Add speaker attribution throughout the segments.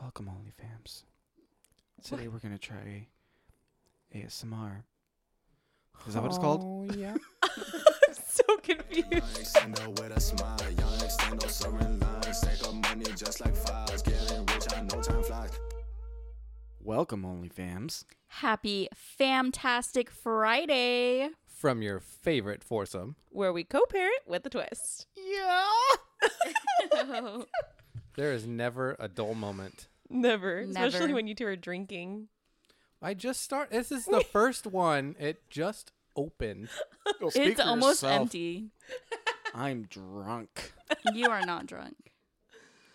Speaker 1: Welcome, OnlyFams. Today we're gonna try ASMR. Is that what it's called?
Speaker 2: Oh, yeah.
Speaker 3: I'm so confused.
Speaker 4: Alexander with a smile, young extend no surrender lines. Take up money just like files, getting rich, I know time flies.
Speaker 1: Welcome, OnlyFams.
Speaker 3: Happy Fantastic Friday,
Speaker 2: From your favorite foursome.
Speaker 3: where we co-parent with a twist. Yeah.
Speaker 2: There is never a dull moment.
Speaker 5: Never,
Speaker 3: Never.
Speaker 5: especially when you two are drinking.
Speaker 2: I just start. This is the first one. It just opened.
Speaker 3: it's almost empty.
Speaker 1: I'm drunk.
Speaker 3: You are not drunk.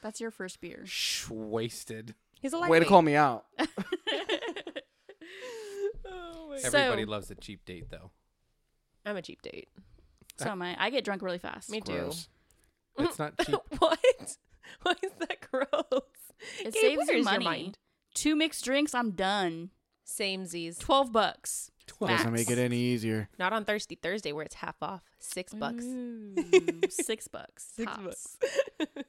Speaker 3: That's your first beer.
Speaker 2: Shh, wasted.
Speaker 5: He's a
Speaker 1: Way
Speaker 5: lightweight.
Speaker 1: to call me out.
Speaker 5: Oh my-
Speaker 2: Everybody
Speaker 3: so,
Speaker 2: loves a cheap date, though.
Speaker 5: I'm a cheap date.
Speaker 3: so am I. I get drunk really fast.
Speaker 5: Me too.
Speaker 1: Gross.
Speaker 2: It's not cheap.
Speaker 5: what? Why is that gross?
Speaker 3: It
Speaker 5: Gabe,
Speaker 3: saves
Speaker 5: where
Speaker 3: you
Speaker 5: is your
Speaker 3: money.
Speaker 5: mind?
Speaker 3: Two mixed drinks, I'm done.
Speaker 5: Samesies.
Speaker 3: Twelve bucks.
Speaker 1: Doesn't make it
Speaker 3: Facts.
Speaker 1: any easier.
Speaker 5: Not on Thirsty Thursday where it's half off. Six bucks.
Speaker 3: Ooh, six bucks.
Speaker 5: Hmm. Six bucks.
Speaker 3: tops.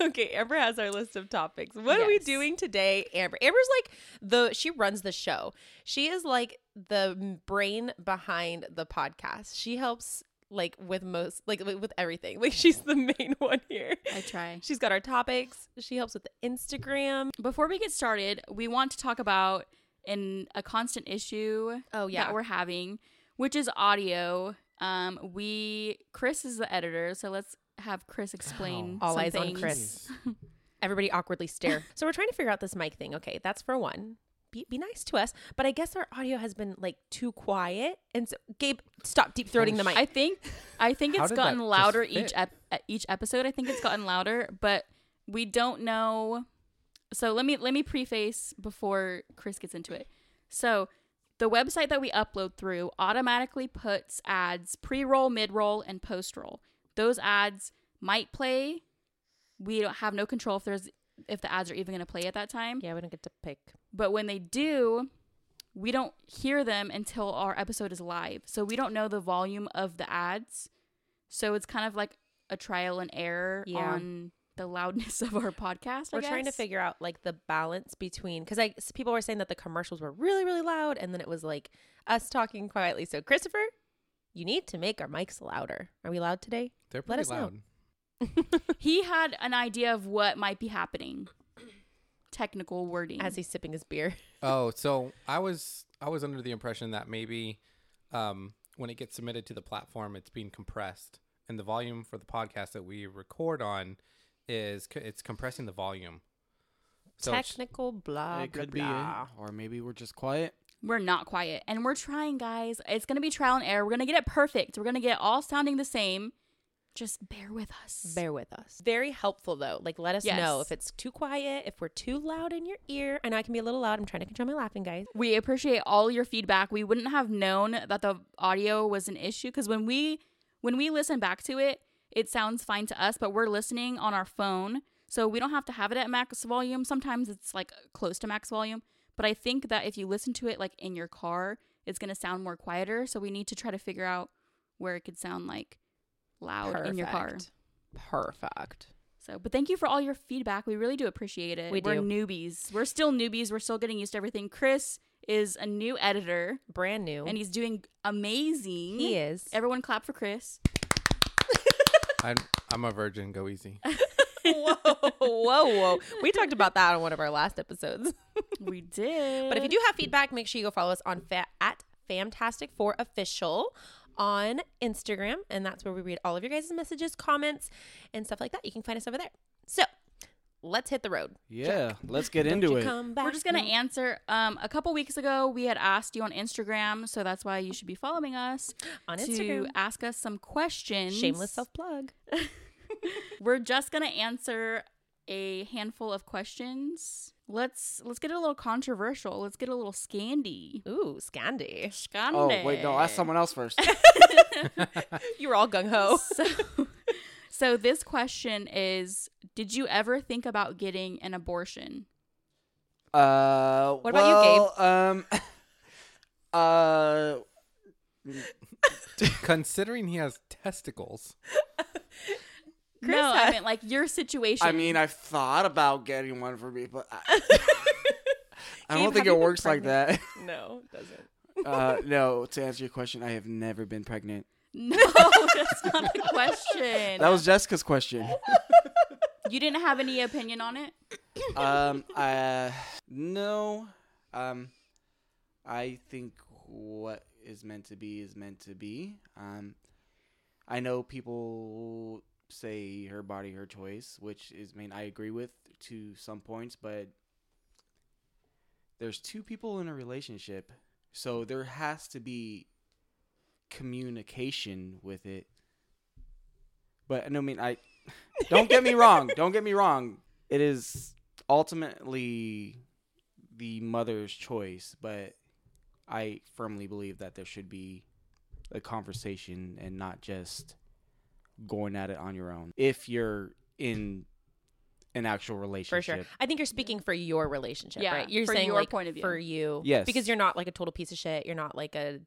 Speaker 5: okay, Amber has our list of topics. What are we
Speaker 3: Yes.
Speaker 5: doing today, Amber? Amber's like the she runs the show. She is like the m- brain behind the podcast. She helps like with most like with with everything. Like she's the main one here.
Speaker 3: I try.
Speaker 5: She's got our topics. She helps with the Instagram.
Speaker 3: Before we get started, we want to talk about an a constant issue
Speaker 5: Oh, yeah.
Speaker 3: that we're having, which is audio. Um, we Chris is the editor, so let's have Chris explain.
Speaker 5: All
Speaker 3: some
Speaker 5: eyes on
Speaker 3: things.
Speaker 5: Chris. Everybody awkwardly stare. so we're trying to figure out this mic thing. Okay, that's for one. Be, be nice to us, but I guess our audio has been like too quiet. And so Gabe, stop deep throating the mic.
Speaker 3: I think I think
Speaker 2: How
Speaker 3: it's
Speaker 2: did that
Speaker 3: gotten
Speaker 2: just
Speaker 3: louder each
Speaker 2: fit?
Speaker 3: ep- each episode. I think it's gotten louder, but we don't know. So let me let me preface before Chris gets into it. So the website that we upload through automatically puts ads pre-roll, mid-roll, and post-roll. Those ads might play. We don't have no control if there's if the ads are even going to play at that time.
Speaker 5: yeah, we don't get to pick.
Speaker 3: But when they do, we don't hear them until our episode is live. So we don't know the volume of the ads. So it's kind of like a trial and error
Speaker 5: Yeah.
Speaker 3: on the loudness of our podcast. I
Speaker 5: We're trying to
Speaker 3: guess.
Speaker 5: figure out like the balance between because I s- people were saying that the commercials were really really loud, and then it was like us talking quietly. So Christopher, you need to make our mics louder. Are we loud today?
Speaker 2: They're
Speaker 5: Let
Speaker 2: pretty
Speaker 5: us know.
Speaker 2: loud.
Speaker 3: He had an idea of what might be happening. Technical wording.
Speaker 5: As he's sipping his beer.
Speaker 2: Oh, so I was I was under the impression that maybe um, when it gets submitted to the platform, it's being compressed, and the volume for the podcast that we record on is c- it's compressing the volume. So it's-
Speaker 5: Technical blah
Speaker 1: it
Speaker 5: blah
Speaker 1: could be,
Speaker 5: Ah, blah.
Speaker 1: it. or maybe we're just quiet.
Speaker 3: we're not quiet. And we're trying, guys. It's going to be trial and error. We're going to get it perfect. We're going to get it all sounding the same. Just bear with us.
Speaker 5: Bear with us. Very helpful though. Like let us know
Speaker 3: Yes.
Speaker 5: if it's too quiet, if we're too loud in your ear. I know I can be a little loud. I'm trying to control my laughing, guys.
Speaker 3: We appreciate all your feedback. We wouldn't have known that the audio was an issue because when we when we listen back to it, it sounds fine to us, but we're listening on our phone, so we don't have to have it at max volume. Sometimes it's like close to max volume, but I think that if you listen to it like in your car, it's going to sound more quieter, so we need to try to figure out where it could sound like loud in your car.
Speaker 5: Perfect.
Speaker 3: So, but thank you for all your feedback. We really do appreciate it.
Speaker 5: We
Speaker 3: We're
Speaker 5: do.
Speaker 3: newbies. We're still newbies. We're still getting used to everything. Chris is a new editor
Speaker 5: Brand new.
Speaker 3: and he's doing amazing.
Speaker 5: he is.
Speaker 3: Everyone clap for Chris.
Speaker 2: I'm I'm a virgin. Go easy.
Speaker 5: whoa, whoa, whoa. We talked about that on one of our last episodes.
Speaker 3: We did.
Speaker 5: But if you do have feedback, make sure you go follow us on fa- at Fantastic Four Official on Instagram, and that's where we read all of your guys' messages, comments, and stuff like that. You can find us over there. So let's hit the road.
Speaker 1: Yeah, let's get
Speaker 5: Don't
Speaker 1: into
Speaker 5: you
Speaker 1: it.
Speaker 5: come back
Speaker 3: we're just gonna
Speaker 5: now.
Speaker 3: answer. Um, a couple weeks ago, we had asked you on Instagram, so that's why you should be following us
Speaker 5: on
Speaker 3: to
Speaker 5: Instagram.
Speaker 3: ask us some questions.
Speaker 5: Shameless self plug.
Speaker 3: We're just gonna answer a handful of questions. Let's let's get a little controversial. Let's get a little scandy.
Speaker 5: Ooh, Scandy.
Speaker 1: Oh
Speaker 3: Scandi.
Speaker 1: wait, no, ask someone else first.
Speaker 5: You were all gung ho.
Speaker 3: Oh. So, so this question is: Did you ever think about getting an abortion?
Speaker 1: Uh,
Speaker 5: What about you,
Speaker 1: Um,
Speaker 5: Gabe?
Speaker 1: uh,
Speaker 2: Considering he has testicles,
Speaker 5: Chris
Speaker 3: no, I
Speaker 5: has-
Speaker 3: meant like your situation.
Speaker 1: I mean, I've thought about getting one for me, but I, I
Speaker 5: Gabe,
Speaker 1: don't think
Speaker 5: have you
Speaker 1: it
Speaker 5: been
Speaker 1: works like that.
Speaker 5: No, it doesn't.
Speaker 1: Uh, no, to answer your question, I have never been pregnant.
Speaker 3: no, that's not the question.
Speaker 1: That was Jessica's question.
Speaker 3: you didn't have any opinion on it.
Speaker 1: Um, uh, no, um, I think what is meant to be is meant to be. Um, I know people say her body, her choice, which is, I mean, I agree with to some points, but there's two people in a relationship, so there has to be communication with it. But no, I mean, I don't get me wrong. Don't get me wrong. It is ultimately the mother's choice, but I firmly believe that there should be a conversation and not just going at it on your own. If you're in an actual
Speaker 5: For
Speaker 1: relationship,
Speaker 5: sure. I think you're speaking for your relationship,
Speaker 3: Yeah,
Speaker 5: right? You're
Speaker 3: for
Speaker 5: saying
Speaker 3: your
Speaker 5: like,
Speaker 3: point of view.
Speaker 5: for you.
Speaker 1: Yes.
Speaker 5: Because you're not like a total piece of shit. You're not like a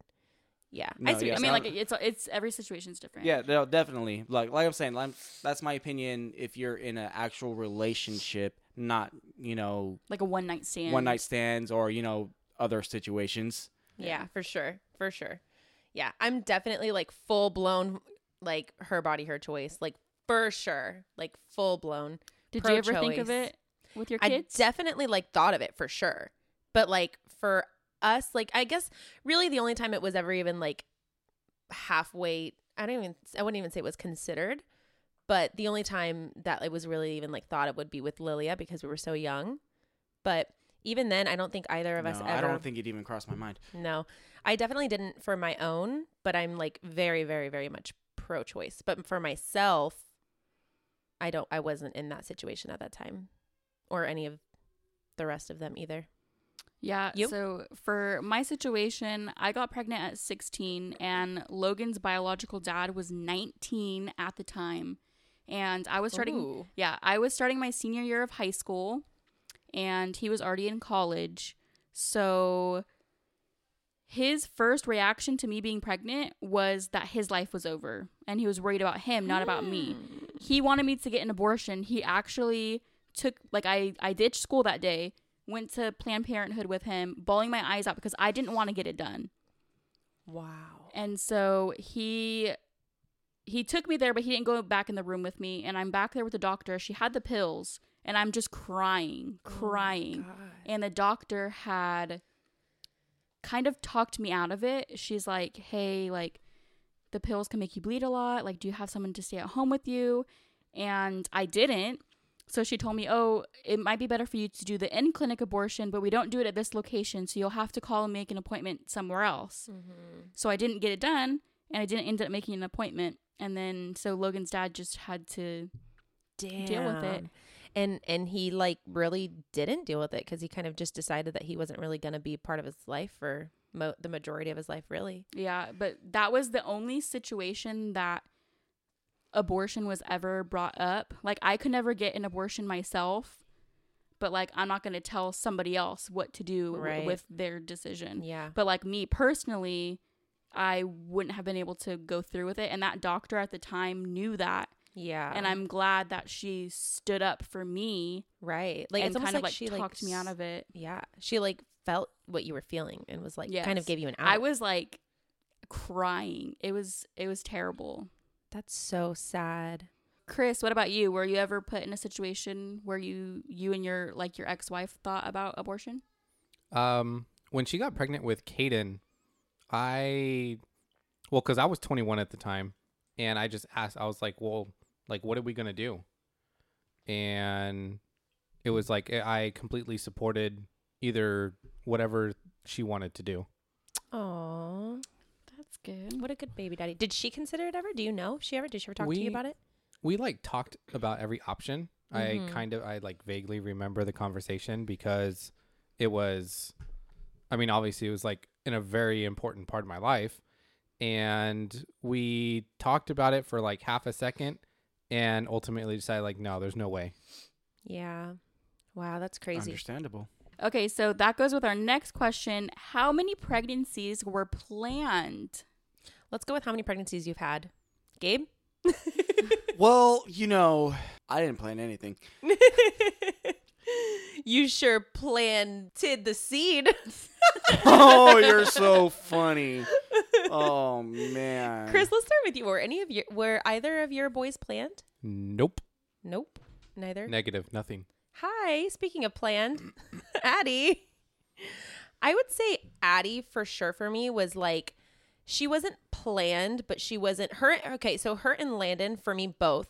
Speaker 5: yeah.
Speaker 1: No,
Speaker 5: I see.
Speaker 1: yeah.
Speaker 5: What
Speaker 3: I
Speaker 5: you're
Speaker 3: mean,
Speaker 1: so-
Speaker 3: like it's it's every situation's different.
Speaker 1: Yeah, no, definitely. Like, like I'm saying, I'm, that's my opinion. If you're in an actual relationship, not you know
Speaker 3: like a one night stand.
Speaker 1: one night stands or you know other situations.
Speaker 5: saying. yeah, for sure. For sure. Yeah. I'm definitely like full blown like her body, her choice. Like for sure. Like full blown.
Speaker 3: Did you ever think of
Speaker 5: pro-choice.
Speaker 3: it with your
Speaker 5: I
Speaker 3: kids?
Speaker 5: definitely like thought of it for sure. But like for us, like I guess really the only time it was ever even like halfway I don't even I wouldn't even say it was considered, but the only time that it was really even like thought it would be with Lilia because we were so young. But even then I don't think either of us
Speaker 1: No,
Speaker 5: ever
Speaker 1: I don't think it even crossed my mind.
Speaker 5: No. I definitely didn't for my own, but I'm like very, very, very much pro choice. But for myself, I don't I wasn't in that situation at that time. Or any of the rest of them either.
Speaker 3: Yeah.
Speaker 5: You?
Speaker 3: So for my situation, I got pregnant at 16, and Logan's biological dad was 19 at the time, and I was starting.
Speaker 5: Ooh.
Speaker 3: Yeah, I was starting my senior year of high school, and he was already in college. So his first reaction to me being pregnant was that his life was over, and he was worried about him, not about me. He wanted me to get an abortion. He actually took like I I ditched school that day, went to Planned Parenthood with him, bawling my eyes out because I didn't want to get it done.
Speaker 5: Wow.
Speaker 3: And so he he took me there, but he didn't go back in the room with me. And I'm back there with the doctor. She had the pills, and I'm just crying, crying. and the doctor had kind of talked me out of it. She's like, "Hey, like the pills can make you bleed a lot. Like, do you have someone to stay at home with you?" And I didn't. So she told me, "Oh, it might be better for you to do the in-clinic abortion, but we don't do it at this location, so you'll have to call and make an appointment somewhere else." So I didn't get it done, and I didn't end up making an appointment. And then so Logan's dad just had to
Speaker 5: Damn.
Speaker 3: deal with it.
Speaker 5: And and he like really didn't deal with it because he kind of just decided that he wasn't really gonna be part of his life for mo- the majority of his life, really.
Speaker 3: Yeah, but that was the only situation that abortion was ever brought up. Like I could never get an abortion myself, but like I'm not going to tell somebody else what to do w-
Speaker 5: Right.
Speaker 3: with their decision.
Speaker 5: Yeah.
Speaker 3: But like me personally, I wouldn't have been able to go through with it and that doctor at the time knew that
Speaker 5: Yeah.
Speaker 3: and I'm glad that she stood up for me
Speaker 5: right. Like
Speaker 3: and
Speaker 5: it's almost
Speaker 3: kind of
Speaker 5: like,
Speaker 3: like
Speaker 5: she like
Speaker 3: talked me out of it.
Speaker 5: Yeah. She like felt what you were feeling and was like kind
Speaker 3: Yes.
Speaker 5: of gave you an out.
Speaker 3: I was like crying. It was it was terrible.
Speaker 5: That's so sad.
Speaker 3: Chris, what about you? Were you ever put in a situation where you you and your like your ex-wife thought about abortion?
Speaker 2: Um, when she got pregnant with Caden, I, well, because I was 21 at the time, and I just asked, I was like, well, like, what are we gonna do? And it was like eh, I I completely supported either whatever she wanted to do.
Speaker 5: Oh,
Speaker 3: That's good.
Speaker 5: what a good baby daddy. Did she consider it ever? Do you know if she ever did she ever talk to
Speaker 2: We-
Speaker 5: you about it?
Speaker 2: we like talked about every option.
Speaker 5: Mm-hmm.
Speaker 2: I kind of I like vaguely remember the conversation because it was I mean obviously it was like in a very important part of my life and we talked about it for like half a second and ultimately decided like no there's no way.
Speaker 5: Yeah. Wow, that's crazy.
Speaker 1: Understandable.
Speaker 3: Okay, so that goes with our next question. How many pregnancies were planned?
Speaker 5: Let's go with how many pregnancies you've had. Gabe?
Speaker 1: well, you know, I didn't plan anything.
Speaker 5: you sure planted the seed.
Speaker 1: Oh, you're so funny. Oh man.
Speaker 5: Chris, let's start with you. Were any of your were either of your boys planned?
Speaker 2: Nope.
Speaker 5: Nope. Neither.
Speaker 2: Negative. Nothing.
Speaker 5: Hi. Speaking of planned, Addie. I would say Addie for sure for me was like she wasn't planned, but she wasn't her okay, so her and Landon for me both.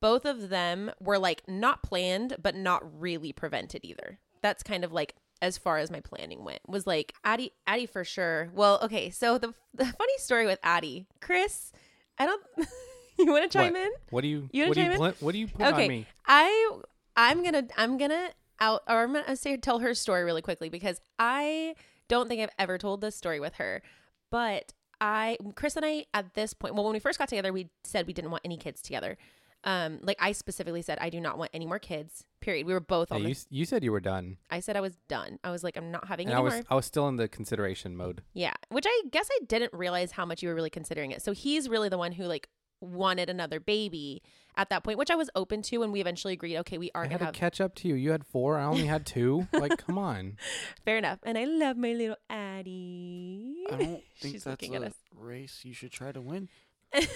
Speaker 5: Both of them were like not planned, but not really prevented either. That's kind of like as far as my planning went was like Addie Addie for sure. Well, okay, so the the funny story with Addie, Chris, I don't you want to chime
Speaker 2: what?
Speaker 5: in?
Speaker 2: What do you?
Speaker 5: You wanna
Speaker 2: what do you?
Speaker 5: chime in?
Speaker 2: Pl- what do you put
Speaker 5: okay
Speaker 2: on me?
Speaker 5: i i'm gonna i'm gonna out or i'm gonna say tell her story really quickly because i don't think i've ever told this story with her but i chris and i at this point well when we first got together we said we didn't want any kids together um like i specifically said i do not want any more kids period we were both
Speaker 2: Hey,
Speaker 5: on
Speaker 2: you,
Speaker 5: this
Speaker 2: s- you said you were done,
Speaker 5: i said i was done i was like i'm not having
Speaker 2: and
Speaker 5: any
Speaker 2: I was
Speaker 5: more
Speaker 2: I was still in the consideration mode.
Speaker 5: yeah which i guess i didn't realize how much you were really considering it so he's really the one who like wanted another baby at that point which i was open to and we eventually agreed okay we are
Speaker 2: I
Speaker 5: gonna
Speaker 2: had to
Speaker 5: have
Speaker 2: catch up to you. You had four. I only had two. like, come on.
Speaker 5: Fair enough. And I love my little Addie.
Speaker 1: I don't think
Speaker 5: She's
Speaker 1: that's
Speaker 5: looking at
Speaker 1: a race you should try to win.
Speaker 2: Hey,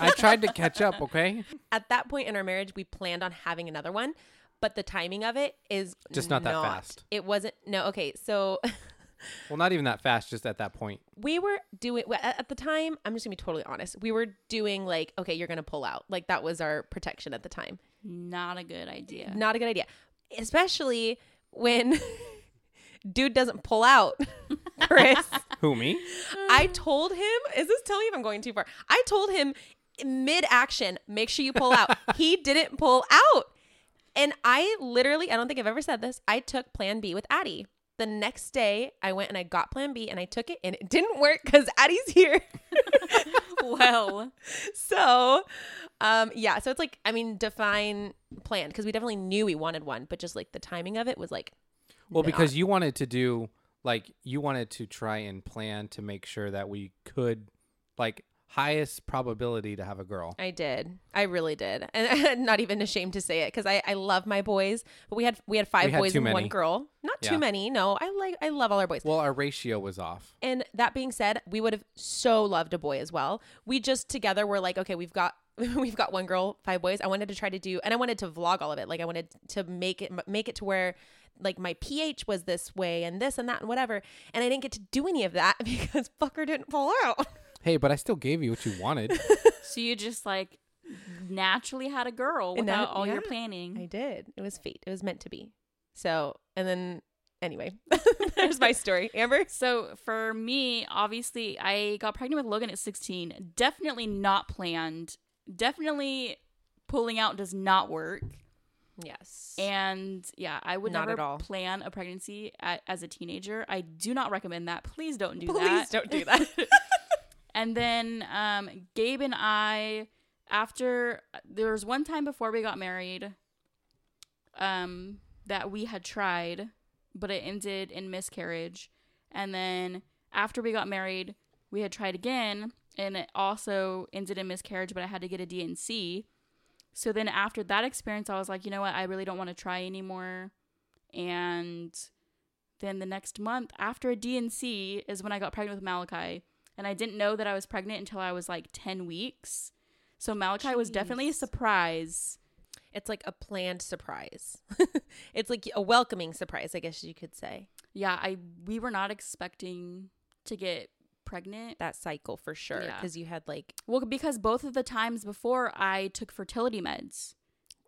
Speaker 2: I tried to catch up. Okay,
Speaker 5: At that point in our marriage, we planned on having another one, but the timing of it is
Speaker 2: Just not that fast.
Speaker 5: It wasn't. No, okay. So
Speaker 2: well, not even that fast. Just at that point.
Speaker 5: we were doing well, at at the time. I'm just gonna be totally honest. We were doing like, okay, you're gonna pull out. Like that was our protection at the time.
Speaker 3: Not a good idea.
Speaker 5: Not a good idea, especially when dude doesn't pull out. Chris.
Speaker 2: Who me?
Speaker 5: I told him, is this telling you if I'm going too far? I told him mid action, make sure you pull out. he didn't pull out. And I literally, I don't think I've ever said this, I took plan B with Addie. The next day, I went and I got plan B and I took it and it didn't work because Addie's here.
Speaker 3: well,
Speaker 5: so, um, yeah, so it's like, I mean, define plan because we definitely knew we wanted one, but just like the timing of it was like,
Speaker 2: Well,
Speaker 5: not.
Speaker 2: because you wanted to do like you wanted to try and plan to make sure that we could like highest probability to have a girl.
Speaker 5: I did. I really did, and I'm not even ashamed to say it because I, I love my boys. But we had we had five
Speaker 2: We had
Speaker 5: boys
Speaker 2: too
Speaker 5: and one
Speaker 2: many.
Speaker 5: girl. Not
Speaker 2: Yeah.
Speaker 5: too many. No, I like I love all our boys.
Speaker 2: Well, our ratio was off.
Speaker 5: and that being said, we would have so loved a boy as well. We just together were like, okay, we've got we've got one girl, five boys. I wanted to try to do, and I wanted to vlog all of it. Like I wanted to make it make it to where like my pH was this way and this and that and whatever. And I didn't get to do any of that because fucker didn't pull out.
Speaker 2: Hey, but I still gave you what you wanted.
Speaker 3: so you just like naturally had a girl
Speaker 5: And that-
Speaker 3: without all
Speaker 5: yeah.
Speaker 3: your planning.
Speaker 5: I did. It was fate. It was meant to be. So, and then anyway, there's my story. Amber.
Speaker 3: So for me, obviously, I got pregnant with Logan at 16. Definitely not planned. Definitely pulling out does not work.
Speaker 5: Yes.
Speaker 3: And yeah, I would
Speaker 5: Not
Speaker 3: never
Speaker 5: at all.
Speaker 3: plan a pregnancy a as a teenager. I do not recommend that. Please don't do that.
Speaker 5: Please don't do that.
Speaker 3: And then um, Gabe and I, after there was one time before we got married, um, that we had tried, but it ended in miscarriage. And then after we got married, we had tried again, and it also ended in miscarriage. But I had to get a DNC. So then after that experience, I was like, you know what? I really don't want to try anymore. And then the next month after a DNC is when I got pregnant with Malachi. And I didn't know that I was pregnant until I was like 10 weeks. So Malachi was definitely a
Speaker 5: Jeez.
Speaker 3: surprise.
Speaker 5: it's like a planned surprise. it's like a welcoming surprise, I guess you could say.
Speaker 3: Yeah, I we were not expecting to get pregnant.
Speaker 5: That cycle for sure.
Speaker 3: Yeah.
Speaker 5: Because you had like,
Speaker 3: Well, because both of the times before I took fertility meds.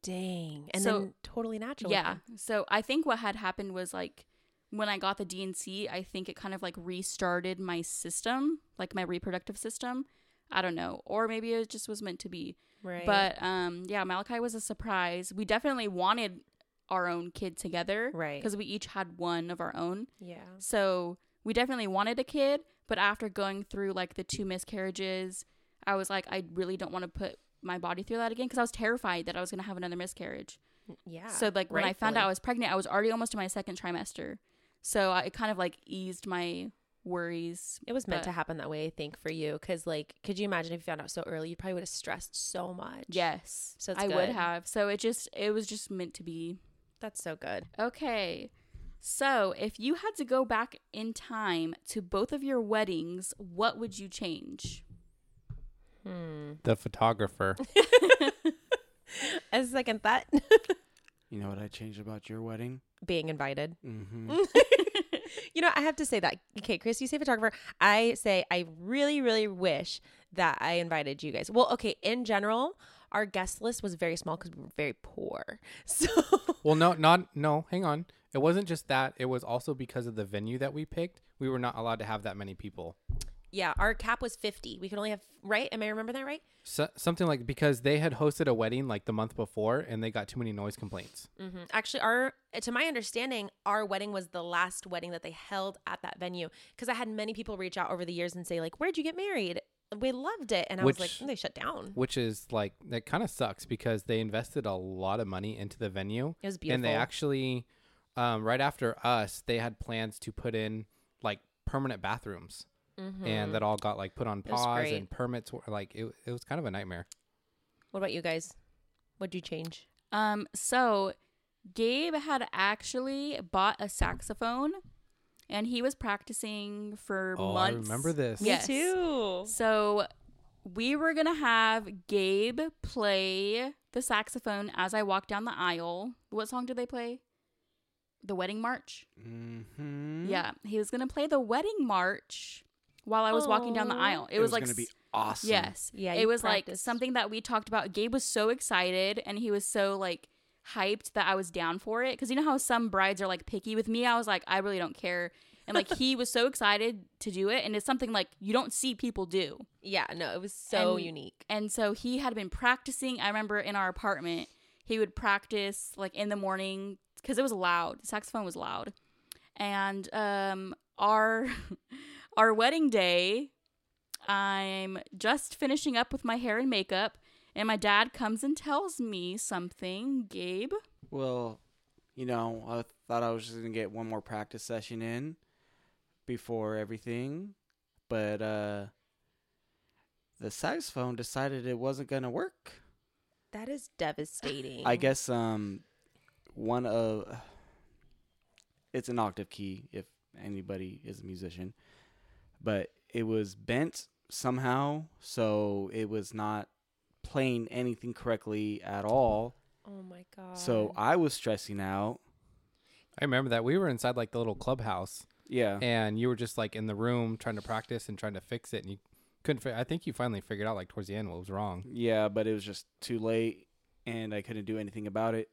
Speaker 5: dang. And
Speaker 3: So-
Speaker 5: then totally natural. with
Speaker 3: Yeah.
Speaker 5: them.
Speaker 3: So I think what had happened was like when I got the DNC, I think it kind of like restarted my system, like my reproductive system. I don't know. Or maybe it just was meant to be.
Speaker 5: Right.
Speaker 3: But um, yeah, Malachi was a surprise. We definitely wanted our own kid together,
Speaker 5: Right.
Speaker 3: Because we each had one of our own,
Speaker 5: yeah.
Speaker 3: so we definitely wanted a kid. But after going through like the two miscarriages, I was like, I really don't want to put my body through that again because I was terrified that I was going to have another miscarriage.
Speaker 5: Yeah.
Speaker 3: so like when I found out I
Speaker 5: rightfully.
Speaker 3: was pregnant, I was already almost in my second trimester, so I, it kind of like eased my worries.
Speaker 5: It was meant
Speaker 3: But-
Speaker 5: to happen that way, I think, for you. Because, like, could you imagine if you found out so early? You probably would have stressed so much.
Speaker 3: Yes.
Speaker 5: So it's
Speaker 3: I would
Speaker 5: good.
Speaker 3: have. So it just it was just meant to be.
Speaker 5: That's so good.
Speaker 3: Okay. So, if you had to go back in time to both of your weddings, what would you change?
Speaker 2: The photographer.
Speaker 5: As a second thought,
Speaker 1: You know what I changed about your wedding?
Speaker 5: being invited.
Speaker 1: Mm-hmm.
Speaker 5: You know, I have to say that. Okay, Chris, you say photographer. I say I really, really wish that I invited you guys. Well, okay, in general, our guest list was very small because we were very poor. So,
Speaker 2: well, no, not no. Hang on. It wasn't just that. It was also because of the venue that we picked. We were not allowed to have that many people.
Speaker 5: yeah, our cap was 50. We could only have, right? Am I remember that right?
Speaker 2: So, something like because they had hosted a wedding like the month before and they got too many noise complaints.
Speaker 5: Mhm. Actually, our to my understanding, our wedding was the last wedding that they held at that venue because I had many people reach out over the years and say like, "Where'd you get married?" We loved it, and I was like,
Speaker 2: Which-
Speaker 5: "Mm, "They shut down."
Speaker 2: which is like that kind of sucks because they invested a lot of money into the venue.
Speaker 5: It was
Speaker 2: And they
Speaker 5: beautiful.
Speaker 2: actually, um, right after us, they had plans to put in like permanent bathrooms, and that all got like put on
Speaker 5: Mm-hmm. was
Speaker 2: pause
Speaker 5: great.
Speaker 2: and permits were like it. It was kind of a nightmare.
Speaker 5: What about you guys? What'd you change?
Speaker 3: Um so Gabe had actually bought a saxophone and he was practicing for
Speaker 2: Oh, I
Speaker 3: months.
Speaker 2: remember this.
Speaker 3: Me Yes.
Speaker 5: too.
Speaker 3: So we were gonna have Gabe play the saxophone as I walk down the aisle. What song did they play? The Wedding March.
Speaker 1: Mm-hmm.
Speaker 3: Yeah, he was gonna play the Wedding March while I was walking down the
Speaker 5: Aw.
Speaker 3: aisle. It, was, like
Speaker 1: gonna
Speaker 3: s-
Speaker 1: be awesome.
Speaker 3: yes,
Speaker 5: Yeah,
Speaker 3: It
Speaker 5: you
Speaker 3: was like
Speaker 5: practiced.
Speaker 3: something that we talked about. Gabe was so excited and he was so like hyped that I was down for it because you know how some brides are like picky. With me, I was like, I really don't care. And like he was so excited to do it, and it's something like you don't see people do.
Speaker 5: Yeah, no, it was so
Speaker 3: And-
Speaker 5: unique.
Speaker 3: And so he had been practicing. I remember in our apartment, he would practice like in the morning because it was loud. The saxophone was loud. And um our our wedding day, I'm just finishing up with my hair and makeup and my dad comes and tells me something, Gabe.
Speaker 1: Well, you know, I thought I was just gonna get one more practice session in before everything, but uh the saxophone decided it wasn't gonna work.
Speaker 5: That is devastating.
Speaker 1: I guess um one of it's an octave key if anybody is a musician, but it was bent somehow, so it was not playing anything correctly at all.
Speaker 5: Oh my god.
Speaker 1: So I was stressing out.
Speaker 2: I remember that we were inside like the little clubhouse,
Speaker 1: Yeah.
Speaker 2: and you were just like in the room trying to practice and trying to fix it, and you couldn't. Fi- I think you finally figured out like towards the end what was wrong.
Speaker 1: Yeah, but it was just too late and I couldn't do anything about it.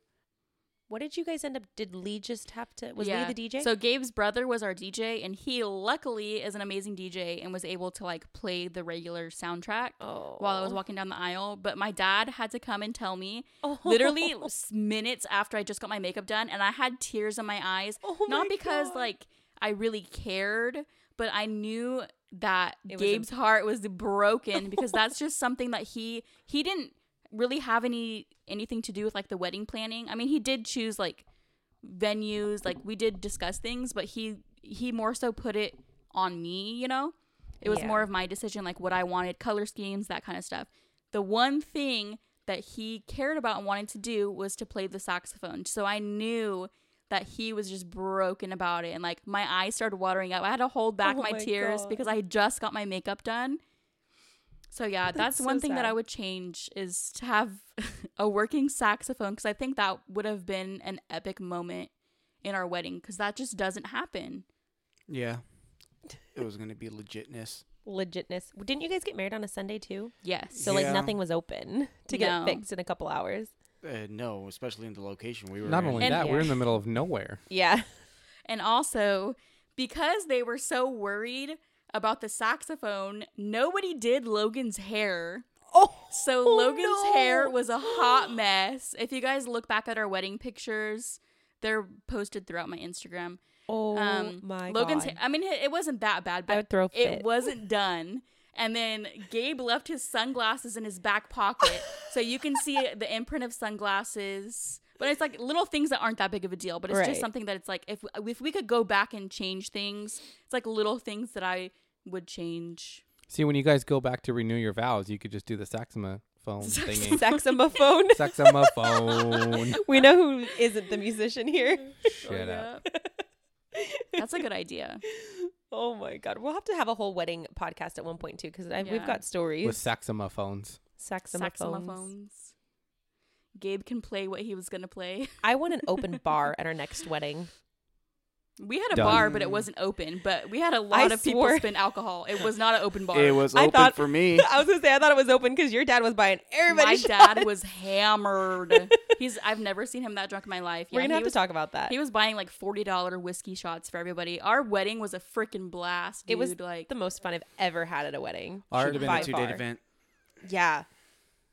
Speaker 5: what did you guys end up? Did Lee just have to? Was
Speaker 3: Yeah.
Speaker 5: Lee the DJ?
Speaker 3: So Gabe's brother was our DJ and he luckily is an amazing DJ and was able to like play the regular soundtrack
Speaker 5: oh.
Speaker 3: while I was walking down the aisle, but my dad had to come and tell me
Speaker 5: Oh.
Speaker 3: literally s- minutes after I just got my makeup done and I had tears in my eyes.
Speaker 5: Oh
Speaker 3: not
Speaker 5: my
Speaker 3: because
Speaker 5: God.
Speaker 3: like I really cared, but I knew that
Speaker 5: It was
Speaker 3: Gabe's heart was broken because that's just something that he he didn't really have any anything to do with like the wedding planning. I mean, he did choose like venues, like we did discuss things, but he he more so put it on me, you know? It was
Speaker 5: Yeah.
Speaker 3: more of my decision like what I wanted, color schemes, that kind of stuff. The one thing that he cared about and wanted to do was to play the saxophone. So I knew that he was just broken about it and like my eyes started watering up. I had to hold back
Speaker 5: Oh
Speaker 3: my,
Speaker 5: my
Speaker 3: tears
Speaker 5: God.
Speaker 3: because I just got my makeup done. So yeah,
Speaker 5: That's
Speaker 3: that's, one
Speaker 5: so
Speaker 3: thing that
Speaker 5: sad.
Speaker 3: I would change is to have a working saxophone because I think that would have been an epic moment in our wedding because that just doesn't happen.
Speaker 1: Yeah. It was going to be legitness.
Speaker 5: legitness. Didn't you guys get married on a Sunday too?
Speaker 3: Yes.
Speaker 5: So
Speaker 1: Yeah.
Speaker 5: like nothing was open to get
Speaker 3: No.
Speaker 5: it fixed in a couple hours.
Speaker 1: Uh, no, especially in the location we were
Speaker 2: Not
Speaker 1: in.
Speaker 2: only
Speaker 3: And-
Speaker 2: that, we're in the middle of nowhere.
Speaker 5: Yeah.
Speaker 3: And also, because they were so worried about the saxophone, nobody did Logan's hair.
Speaker 5: Oh.
Speaker 3: So
Speaker 5: Oh,
Speaker 3: Logan's
Speaker 5: no.
Speaker 3: hair was a hot mess. If you guys look back at our wedding pictures, they're posted throughout my Instagram.
Speaker 5: Oh
Speaker 3: um,
Speaker 5: my
Speaker 3: Logan's
Speaker 5: god.
Speaker 3: ha- I mean, it it wasn't that bad, but
Speaker 5: would throw a
Speaker 3: it
Speaker 5: fit.
Speaker 3: wasn't done. And then Gabe left his sunglasses in his back pocket, so you can see the imprint of sunglasses But it's like little things that aren't that big of a deal, but it's
Speaker 5: Right.
Speaker 3: just something that it's like if if we could go back and change things, it's like little things that I would change.
Speaker 2: See, when you guys go back to renew your vows, you could just do the saxophone thingy.
Speaker 5: Saxophone.
Speaker 2: saxophone.
Speaker 5: we know who isn't the musician here.
Speaker 3: Oh,
Speaker 2: Shut up.
Speaker 3: That's a good idea.
Speaker 5: Oh my god, we'll have to have a whole wedding podcast at one point too because we've
Speaker 3: Yeah.
Speaker 5: got
Speaker 2: With
Speaker 5: stories.
Speaker 2: saxophones.
Speaker 5: Saxophones.
Speaker 3: Saxophones. Gabe can play what he was gonna play.
Speaker 5: I want an open bar at our next wedding.
Speaker 3: We had a
Speaker 2: Done.
Speaker 3: bar, but it wasn't open. But we had a lot of
Speaker 5: swore-
Speaker 3: people spend alcohol. It was not an open bar.
Speaker 1: It was
Speaker 5: I
Speaker 1: open
Speaker 5: thought-
Speaker 1: for me.
Speaker 5: I was gonna say I thought it was open because your dad was buying everybody.
Speaker 3: my
Speaker 5: shots.
Speaker 3: dad was hammered. He's I've never seen him that drunk in my life.
Speaker 5: We're
Speaker 3: Yeah,
Speaker 5: gonna
Speaker 3: he
Speaker 5: have
Speaker 3: was-
Speaker 5: to talk about that.
Speaker 3: He was buying like forty dollar whiskey shots for everybody. Our wedding was a freaking blast. Dude.
Speaker 5: it was
Speaker 3: like
Speaker 5: the most fun I've ever had at a wedding.
Speaker 2: Art-
Speaker 1: Should have been
Speaker 5: By
Speaker 1: a two-date
Speaker 5: far.
Speaker 1: event.
Speaker 5: Yeah,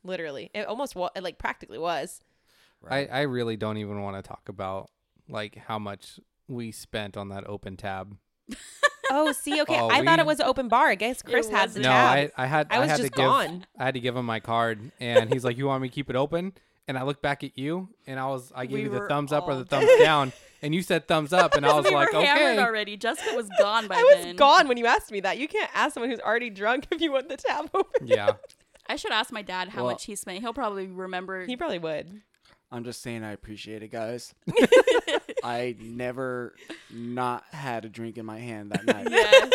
Speaker 5: literally. It almost was. It like practically was.
Speaker 2: I, I really don't even want to talk about like how much we spent on that open tab.
Speaker 5: Oh, see, okay.
Speaker 2: Oh,
Speaker 5: I thought
Speaker 2: we-
Speaker 5: it was an open bar. I guess Chris had the
Speaker 3: wasn't.
Speaker 2: No,
Speaker 5: tab.
Speaker 2: I, I had
Speaker 5: I
Speaker 2: I,
Speaker 5: was
Speaker 2: had
Speaker 5: just
Speaker 2: to give
Speaker 5: gone.
Speaker 2: I had to give him my card and he's like, You want me to keep it open? And I looked back at you and I was I gave
Speaker 3: We
Speaker 2: you the
Speaker 3: were
Speaker 2: thumbs up or
Speaker 3: all
Speaker 2: the thumbs down and you said thumbs up and I was
Speaker 3: we
Speaker 2: like,
Speaker 3: were
Speaker 2: Okay.
Speaker 3: hammered already. Jessica was gone by
Speaker 5: I was
Speaker 3: then.
Speaker 5: gone when you asked me that. You can't ask someone who's already drunk if you want the tab open.
Speaker 2: Yeah.
Speaker 3: I should ask my dad how
Speaker 2: Well-
Speaker 3: much he spent. He'll probably remember.
Speaker 5: He probably would.
Speaker 1: I'm just saying I appreciate it, guys. I never not had a drink in my hand that night.
Speaker 3: yes,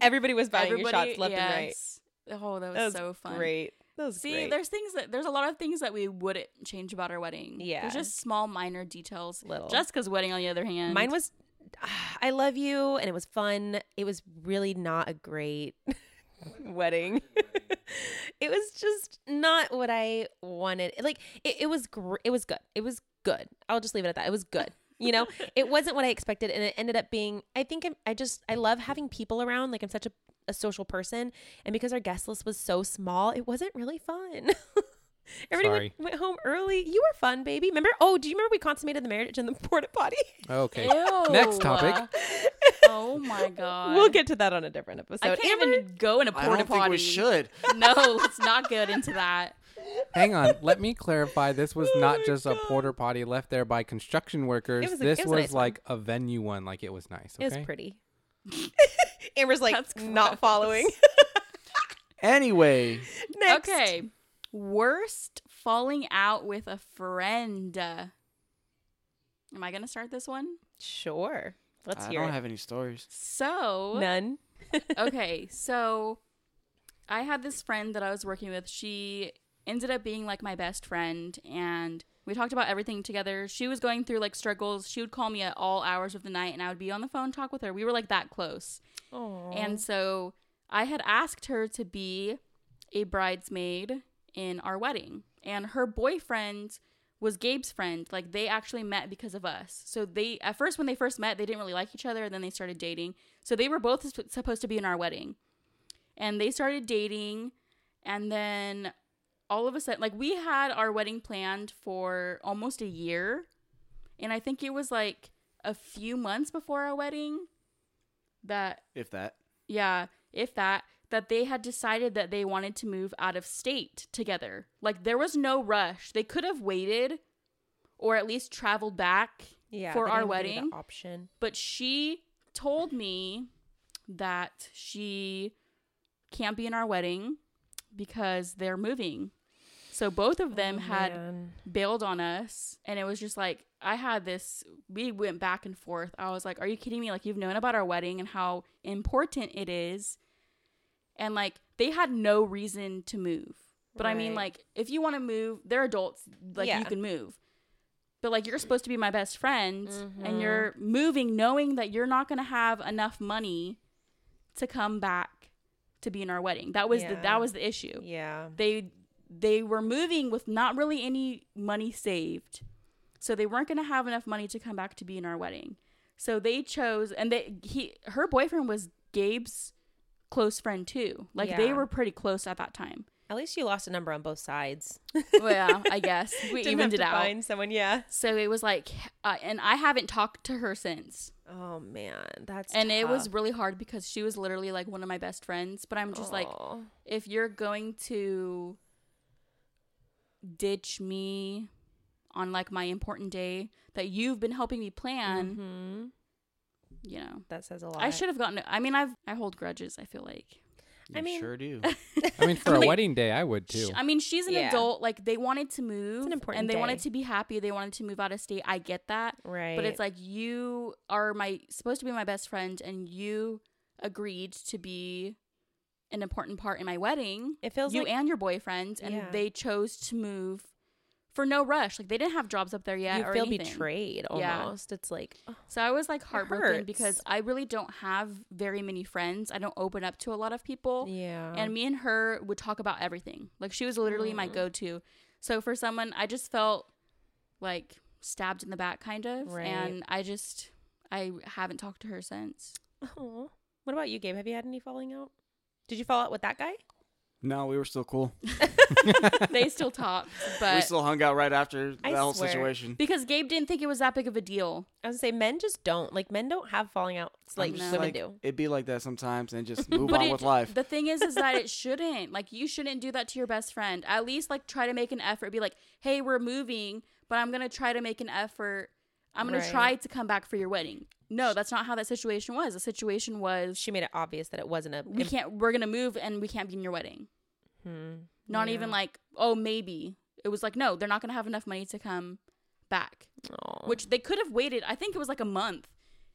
Speaker 5: Everybody was buying your
Speaker 3: everybody.
Speaker 5: shots left and right.
Speaker 3: yes. Oh, that was,
Speaker 5: That was
Speaker 3: so fun.
Speaker 5: Great. That was
Speaker 3: See,
Speaker 5: great.
Speaker 3: there's things that there's a lot of things that we wouldn't change about our wedding.
Speaker 5: Yeah.
Speaker 3: there's just small minor details.
Speaker 5: Little.
Speaker 3: Jessica's wedding, on the other hand,
Speaker 5: Mine was I love you and it was fun. It was really not a great wedding. it was just not what I wanted. Like it, it was gr- it was good. It was good. I'll just leave it at that. It was good. You know, it wasn't what I expected and it ended up being I think I'm, I just I love having people around. Like I'm such a a social person and because our guest list was so small, it wasn't really fun. Everybody
Speaker 2: Sorry.
Speaker 5: went, went home early. You were fun, baby. Remember? Oh, do you remember we consummated the marriage in the porta potty?
Speaker 2: Okay.
Speaker 3: Ew.
Speaker 2: Next topic.
Speaker 3: Oh my god.
Speaker 5: We'll get to that on a different episode.
Speaker 3: I can't even go in a
Speaker 1: I
Speaker 3: porta
Speaker 1: don't
Speaker 3: potty.
Speaker 1: think we should.
Speaker 3: No, let's not get into that.
Speaker 2: Hang on. Let me clarify. This was not just a porter potty left there by construction workers.
Speaker 5: Oh It was a-
Speaker 2: this
Speaker 5: it was
Speaker 2: was,
Speaker 5: a nice one.
Speaker 2: like a venue one. Like it was nice. Okay?
Speaker 5: It was pretty. Amber's like
Speaker 3: That's
Speaker 5: not
Speaker 3: gross.
Speaker 5: following.
Speaker 1: Anyway,
Speaker 5: Next.
Speaker 3: Okay. Worst falling out with a friend. Am I going to start this one?
Speaker 5: Sure. Let's
Speaker 1: I
Speaker 5: hear
Speaker 1: don't
Speaker 5: it.
Speaker 1: have any stories.
Speaker 3: So,
Speaker 5: None.
Speaker 3: okay. So, I had this friend that I was working with. She ended up being like my best friend, and we talked about everything together. She was going through like struggles. She would call me at all hours of the night, and I would be on the phone talk with her. We were like that close. And so I had asked her to be a bridesmaid in our wedding. And her boyfriend was Gabe's friend. Like they actually met because of us. So they at first when they first met, they didn't really like each other and then they started dating. So they were both s- supposed to be in our wedding. And they started dating and then all of a sudden like we had our wedding planned for almost a year. And I think it was like a few months before our wedding that
Speaker 1: If that.
Speaker 3: yeah, if that, that they had decided that they wanted to move out of state together. Like there was no rush. They could have waited or at least traveled back for
Speaker 5: they
Speaker 3: our
Speaker 5: didn't give you the
Speaker 3: wedding.
Speaker 5: option.
Speaker 3: But she told me that she can't be in our wedding because they're moving. So both of
Speaker 5: Oh,
Speaker 3: them had bailed on us and it was just like i had this we went back and forth i was like are you kidding me like you've known about our wedding and how important it is and like they had no reason to move but i mean
Speaker 5: Right.
Speaker 3: like if you want to move they're adults like
Speaker 5: Yeah.
Speaker 3: you can move but like you're supposed to be my best friend
Speaker 5: Mm-hmm.
Speaker 3: and you're moving knowing that you're not going to have enough money to come back to be in our wedding that was the,
Speaker 5: Yeah.
Speaker 3: that was the issue
Speaker 5: Yeah.
Speaker 3: they they were moving with not really any money saved so they weren't going to have enough money to come back to be in our wedding so they chose and they he her boyfriend was gabe's close friend too like they
Speaker 5: Yeah.
Speaker 3: were pretty close at that time
Speaker 5: At least you lost a number on both sides.
Speaker 3: well yeah, i guess we
Speaker 5: Didn't have
Speaker 3: evened it
Speaker 5: to
Speaker 3: out
Speaker 5: find someone. Yeah.
Speaker 3: so it was like uh, and i haven't talked to her since
Speaker 5: Oh man, that's
Speaker 3: and it was really hard because she was literally like one of my best friends but i'm just like if you're going to ditch me on like my important day that you've been helping me plan,
Speaker 5: Mhm.
Speaker 3: you know.
Speaker 5: That says a lot.
Speaker 3: I should have gotten I mean I've I hold grudges, I feel like.
Speaker 1: You
Speaker 5: I mean-
Speaker 1: sure do.
Speaker 2: I mean, for a
Speaker 3: Like,
Speaker 2: wedding day, I would too.
Speaker 3: Sh- I mean, she's an
Speaker 5: Yeah.
Speaker 3: adult. Like they wanted to move,
Speaker 5: important
Speaker 3: and they
Speaker 5: day.
Speaker 3: wanted to be happy. They wanted to move out of state. I get that,
Speaker 5: Right.
Speaker 3: but it's like you are my supposed to be my best friend, and you agreed to be an important part in my wedding.
Speaker 5: It feels
Speaker 3: you
Speaker 5: like-
Speaker 3: and your boyfriend, and
Speaker 5: Yeah.
Speaker 3: they chose to move for no rush. Like they didn't have jobs up there yet.
Speaker 5: you
Speaker 3: or
Speaker 5: feel
Speaker 3: anything.
Speaker 5: betrayed
Speaker 3: Yeah.
Speaker 5: almost. It's like ugh,
Speaker 3: So I was like heartbroken
Speaker 5: hurts.
Speaker 3: because I really don't have very many friends. I don't open up to a lot of people.
Speaker 5: yeah.
Speaker 3: And me and her would talk about everything. Like she was literally my
Speaker 5: Mm.
Speaker 3: go to. So for someone, I just felt like stabbed in the back, kind of.
Speaker 5: Right.
Speaker 3: And I just, I haven't talked to her since.
Speaker 5: Aw. what about you, Gabe? Have you had any falling out? Did you fall out with that guy?
Speaker 1: no, we were still cool.
Speaker 3: they still talk,
Speaker 1: we
Speaker 3: but
Speaker 1: still hung out right after
Speaker 5: I
Speaker 1: that whole
Speaker 5: swear.
Speaker 1: situation.
Speaker 3: because Gabe didn't think it was that big of a deal.
Speaker 5: I was gonna say men just don't like men don't have falling outs
Speaker 1: I'm
Speaker 5: like
Speaker 1: just
Speaker 5: women
Speaker 1: like,
Speaker 5: do.
Speaker 1: It'd be like that sometimes, and just move
Speaker 3: But
Speaker 1: on
Speaker 3: it-
Speaker 1: with life.
Speaker 3: The thing is, is that it shouldn't. Like, you shouldn't do that to your best friend. At least, like, try to make an effort. Be like, hey, we're moving, but I'm gonna try to make an effort. I'm gonna
Speaker 5: Right.
Speaker 3: try to come back for your wedding. No, that's not how that situation was. The situation was
Speaker 5: She made it obvious that it wasn't a
Speaker 3: we can't. We're gonna move, and we can't be in your wedding.
Speaker 5: Hmm.
Speaker 3: Not even like, oh, maybe it was like, no, they're not gonna have enough money to come back.
Speaker 5: Aw.
Speaker 3: Which they could have waited. I think it was like a month.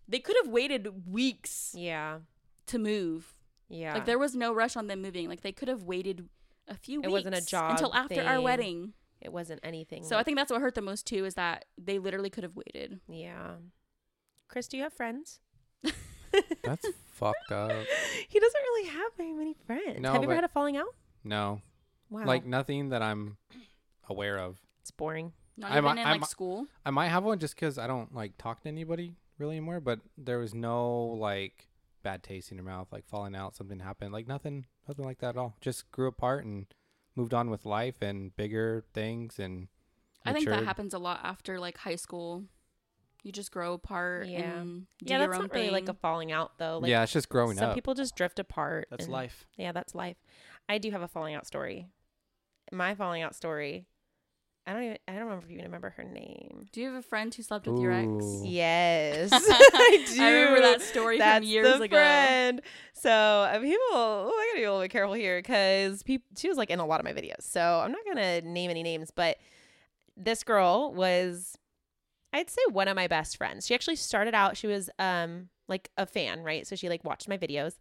Speaker 3: They could have waited weeks
Speaker 5: yeah
Speaker 3: to move.
Speaker 5: yeah
Speaker 3: Like there was no rush on them moving. Like they could have waited a few
Speaker 5: It
Speaker 3: weeks.
Speaker 5: wasn't a job
Speaker 3: until after our
Speaker 5: thing.
Speaker 3: wedding.
Speaker 5: it wasn't anything.
Speaker 3: So I
Speaker 5: like-
Speaker 3: think that's what hurt the most too is that they literally could have waited.
Speaker 5: yeah. Chris, do you have friends?
Speaker 2: That's fucked up.
Speaker 5: He doesn't really have very many friends.
Speaker 2: No,
Speaker 5: have you ever
Speaker 2: but-
Speaker 5: had a falling out?
Speaker 2: No,
Speaker 5: Wow,
Speaker 2: like nothing that I'm aware of.
Speaker 5: it's boring.
Speaker 3: Not
Speaker 2: I'm-
Speaker 3: even in
Speaker 2: I'm-
Speaker 3: like school.
Speaker 2: I might have one just because I don't like talk to anybody really anymore. But there was no like bad taste in your mouth, like falling out, something happened, like nothing, nothing like that at all. Just grew apart and moved on with life and bigger things. And
Speaker 3: I think that
Speaker 2: matured.
Speaker 3: happens a lot after like high school. You just grow apart
Speaker 5: Yeah.
Speaker 3: and do
Speaker 5: Yeah,
Speaker 3: your
Speaker 5: that's
Speaker 3: own
Speaker 5: not
Speaker 3: thing.
Speaker 5: really like a falling out though. Like,
Speaker 2: yeah, it's just growing
Speaker 5: some
Speaker 2: up.
Speaker 5: people just drift apart.
Speaker 1: That's
Speaker 5: and-
Speaker 1: life.
Speaker 5: Yeah, that's life. I do have a falling out story. My falling out story. I don't even. I don't remember if you even remember her name.
Speaker 3: do you have a friend who slept with your ex?
Speaker 2: Ooh.
Speaker 5: Yes, I do.
Speaker 3: I remember that story from
Speaker 5: That's
Speaker 3: years
Speaker 5: the
Speaker 3: ago.
Speaker 5: friend. So uh, people, oh, I gotta be a little bit careful here because she was like in a lot of my videos. So I'm not gonna name any names, but this girl was, I'd say, one of my best friends. She actually started out. She was um like a fan, right? So she like watched my videos,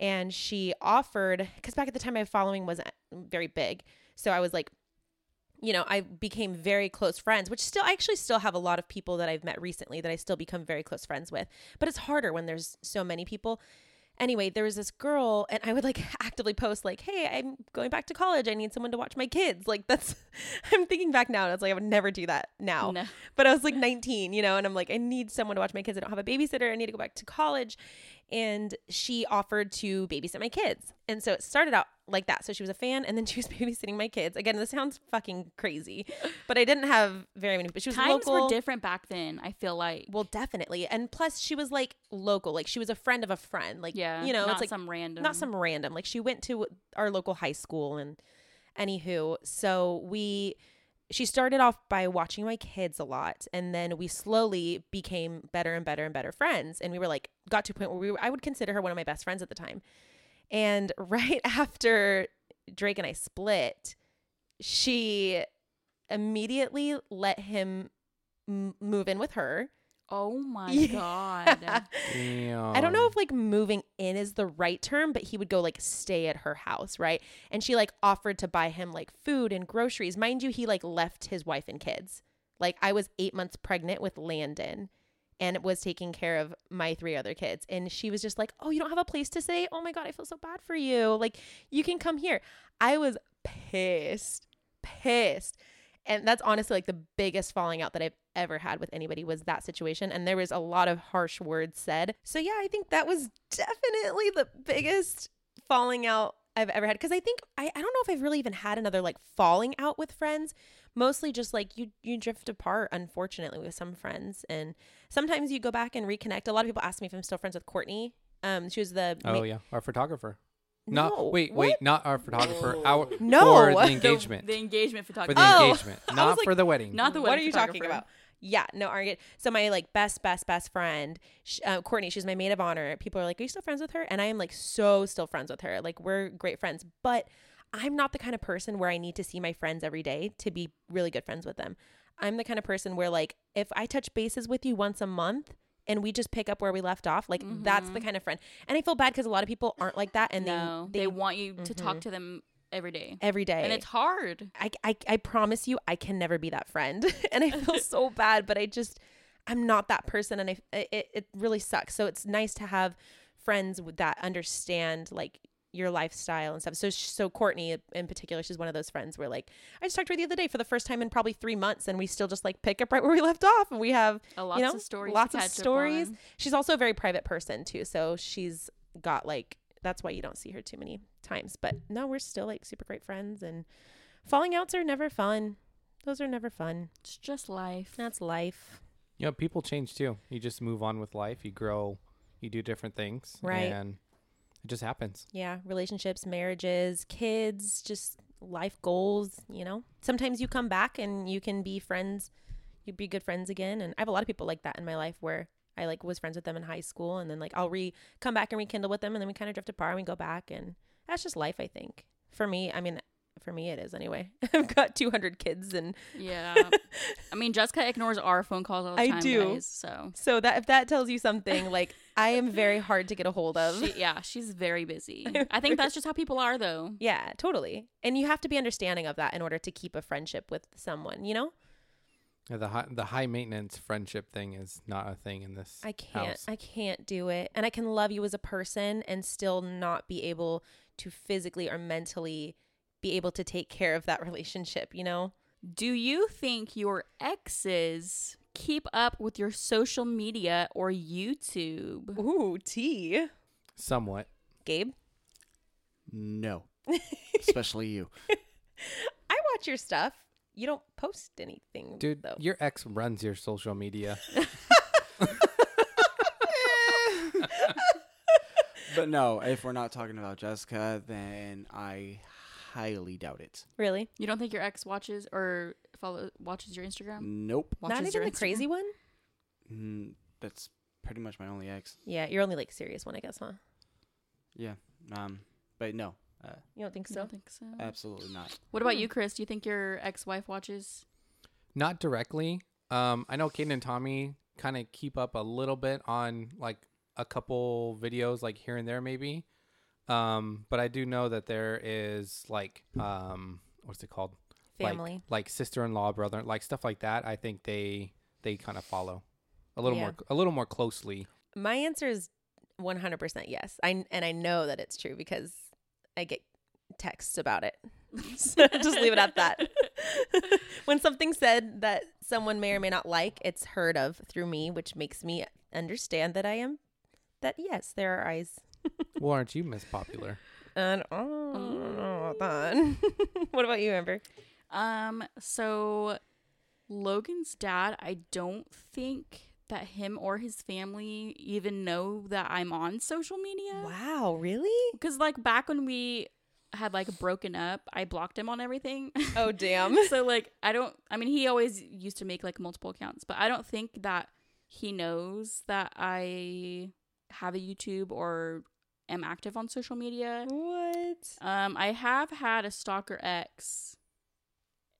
Speaker 5: and she offered because back at the time my following wasn't very big, so I was like you know, I became very close friends, which still, I actually still have a lot of people that I've met recently that I still become very close friends with. But it's harder when there's so many people. Anyway, there was this girl, and I would like actively post, like, hey, I'm going back to college. I need someone to watch my kids. Like, that's, I'm thinking back now, and it's like, I would never do that now.
Speaker 3: No.
Speaker 5: But I was like 19, you know, and I'm like, I need someone to watch my kids. I don't have a babysitter. I need to go back to college. And she offered to babysit my kids. And so it started out like that. So she was a fan, and then she was babysitting my kids. Again, this sounds fucking crazy, but I didn't have very many. But she was
Speaker 3: Times
Speaker 5: local.
Speaker 3: were different back then, I feel like.
Speaker 5: Well, definitely. And plus, she was like local. Like she was a friend of a friend. Like,
Speaker 3: yeah.
Speaker 5: you know,
Speaker 3: not
Speaker 5: it's like
Speaker 3: some random
Speaker 5: not some random. Like she went to our local high school and anywho, so we she started off by watching my kids a lot and then we slowly became better and better and better friends and we were like got to a point where we were, I would consider her one of my best friends at the time. And right after Drake and I split, she immediately let him m- move in with her.
Speaker 3: Oh my god.
Speaker 5: I don't know
Speaker 2: Um,
Speaker 5: if like moving in is the right term, but he would go like stay at her house, right? And she like offered to buy him like food and groceries. Mind you, he like left his wife and kids. Like I was eight months pregnant with Landon and was taking care of my three other kids. And she was just like, Oh, you don't have a place to stay? Oh my God, I feel so bad for you. Like, you can come here. I was pissed, pissed. And that's honestly like the biggest falling out that I've ever had with anybody was that situation. And there was a lot of harsh words said. So, yeah, I think that was definitely the biggest falling out I've ever had. Cause I think, I, I don't know if I've really even had another like falling out with friends. Mostly just like you, you drift apart, unfortunately, with some friends. And sometimes you go back and reconnect. A lot of people ask me if I'm still friends with Courtney. Um, she was the ma-
Speaker 2: Oh yeah, our photographer.
Speaker 5: No.
Speaker 2: Not wait, wait, not our photographer. Our
Speaker 5: No. The-
Speaker 2: for the
Speaker 5: the
Speaker 3: The-
Speaker 2: engagement.
Speaker 3: The, engagement
Speaker 2: for
Speaker 3: photography.
Speaker 2: the
Speaker 5: Oh.
Speaker 2: engagement,
Speaker 5: I was
Speaker 2: not
Speaker 5: like,
Speaker 2: for the wedding.
Speaker 3: Not the wedding
Speaker 5: what are you talking
Speaker 3: photographer.
Speaker 5: about? Yeah, no, I get. So my like best, best, best friend, sh uh, Courtney, she's my maid of honor. People are like, "Are you still friends with her?" And I am like so still friends with her. Like we're great friends, but I'm not the kind of person where I need to see my friends every day to be really good friends with them. I'm the kind of person where like if I touch bases with you once a month and we just pick up where we left off, like that's the kind of friend. And I feel bad because a lot of people aren't like that, and
Speaker 3: no,
Speaker 5: they
Speaker 3: they, Mm-hmm.
Speaker 5: they
Speaker 3: want you to talk to them every day,
Speaker 5: every day.
Speaker 3: and it's hard.
Speaker 5: I, I, I promise you I can never be that friend. and I feel so bad, but I just, I'm not that person. And I, it, it really sucks. So it's nice to have friends with- that understand like your lifestyle and stuff. So, sh- so Courtney uh, in particular, she's one of those friends where like, I just talked to her the other day for the first time in probably three months and we still just like pick up right where we left off. And we have,
Speaker 3: A lots
Speaker 5: you know,
Speaker 3: of stories. to
Speaker 5: lots of
Speaker 3: catch up
Speaker 5: stories.
Speaker 3: on.
Speaker 5: She's also a very private person too. So she's got like, that's why you don't see her too many times. But no, we're still like super great friends. And falling outs are never fun. Those are never fun.
Speaker 3: It's just life.
Speaker 5: That's life.
Speaker 2: You know, people change too. You just move on with life. You grow. You do different things.
Speaker 5: Right.
Speaker 2: And it just happens.
Speaker 5: Yeah. Relationships, marriages, kids, just life goals, you know? Sometimes you come back and you can be friends. You'd be good friends again. And I have a lot of people like that in my life where I like was friends with them in high school and then like I'll re come back and rekindle with them and then we kind of drift apart and we go back and that's just life, I think. For me, I mean, for me it is anyway. I've got 200 kids and
Speaker 3: Yeah. I mean, Jessica ignores our phone calls all the
Speaker 5: I
Speaker 3: time.
Speaker 5: do.
Speaker 3: guys, so
Speaker 5: so that if that tells you something, like I am very hard to get a hold of.
Speaker 3: she, yeah, she's very busy. I think that's just how people are, though.
Speaker 5: Yeah, totally. And you have to be understanding of that in order to keep a friendship with someone, you know?
Speaker 2: Yeah, the high, the high maintenance friendship thing is not a thing in this.
Speaker 5: I can't
Speaker 2: house.
Speaker 5: I can't do it. And I can love you as a person and still not be able to physically or mentally be able to take care of that relationship, you know?
Speaker 3: Do you think your exes keep up with your social media or YouTube?
Speaker 5: Ooh, tea.
Speaker 2: Somewhat.
Speaker 5: Gabe,
Speaker 1: No, especially you.
Speaker 5: I watch your stuff. You don't post anything,
Speaker 2: Dude,
Speaker 5: Though.
Speaker 2: your ex runs your social media.
Speaker 1: But no, if we're not talking about Jessica, then I highly doubt it.
Speaker 5: Really?
Speaker 3: You don't think your ex watches or follow watches your
Speaker 5: Oh.
Speaker 3: Instagram?
Speaker 1: Nope.
Speaker 3: Watches
Speaker 5: not even
Speaker 3: your
Speaker 5: the
Speaker 3: Instagram?
Speaker 5: crazy one?
Speaker 1: Mm, that's pretty much my only ex.
Speaker 5: Yeah, you're only like serious one, I guess, huh?
Speaker 1: Yeah. Um. But no, uh,
Speaker 5: You don't think
Speaker 3: I
Speaker 5: so?
Speaker 3: don't think so.
Speaker 5: Oh. Uh,
Speaker 1: absolutely not.
Speaker 3: What
Speaker 5: hmm.
Speaker 3: about you, Chris? Do you think your ex-wife watches?
Speaker 2: Not directly. Um, I know Caden and Tommy kind of keep up a little bit on like a couple videos, like here and there, maybe. Um, but I do know that there is like, um, what's it called? Like-
Speaker 5: Family.
Speaker 2: like, sister-in-law, brother, like stuff like that. I think they they kind of follow a little
Speaker 5: Yeah.
Speaker 2: more, a little more closely.
Speaker 5: My answer is 100% yes. I and I know that it's true because I get texts about it. So just leave it at that. when something's said that someone may or may not like, it's heard of through me, which makes me understand that I am that yes, there are eyes.
Speaker 2: well, aren't you Miss Popular?
Speaker 5: And oh, I don't know about that. what about you, Amber?
Speaker 3: Um, so Logan's dad, I don't think that him or his family even know that I'm on social media.
Speaker 5: Wow, really?
Speaker 3: Because like back when we had like broken up, I blocked him on everything.
Speaker 5: Oh, damn.
Speaker 3: so like I don't. I mean, he always used to make like multiple accounts, but I don't think that he knows that I have a YouTube or am active on social media.
Speaker 5: what?
Speaker 3: Um, I have had a stalker ex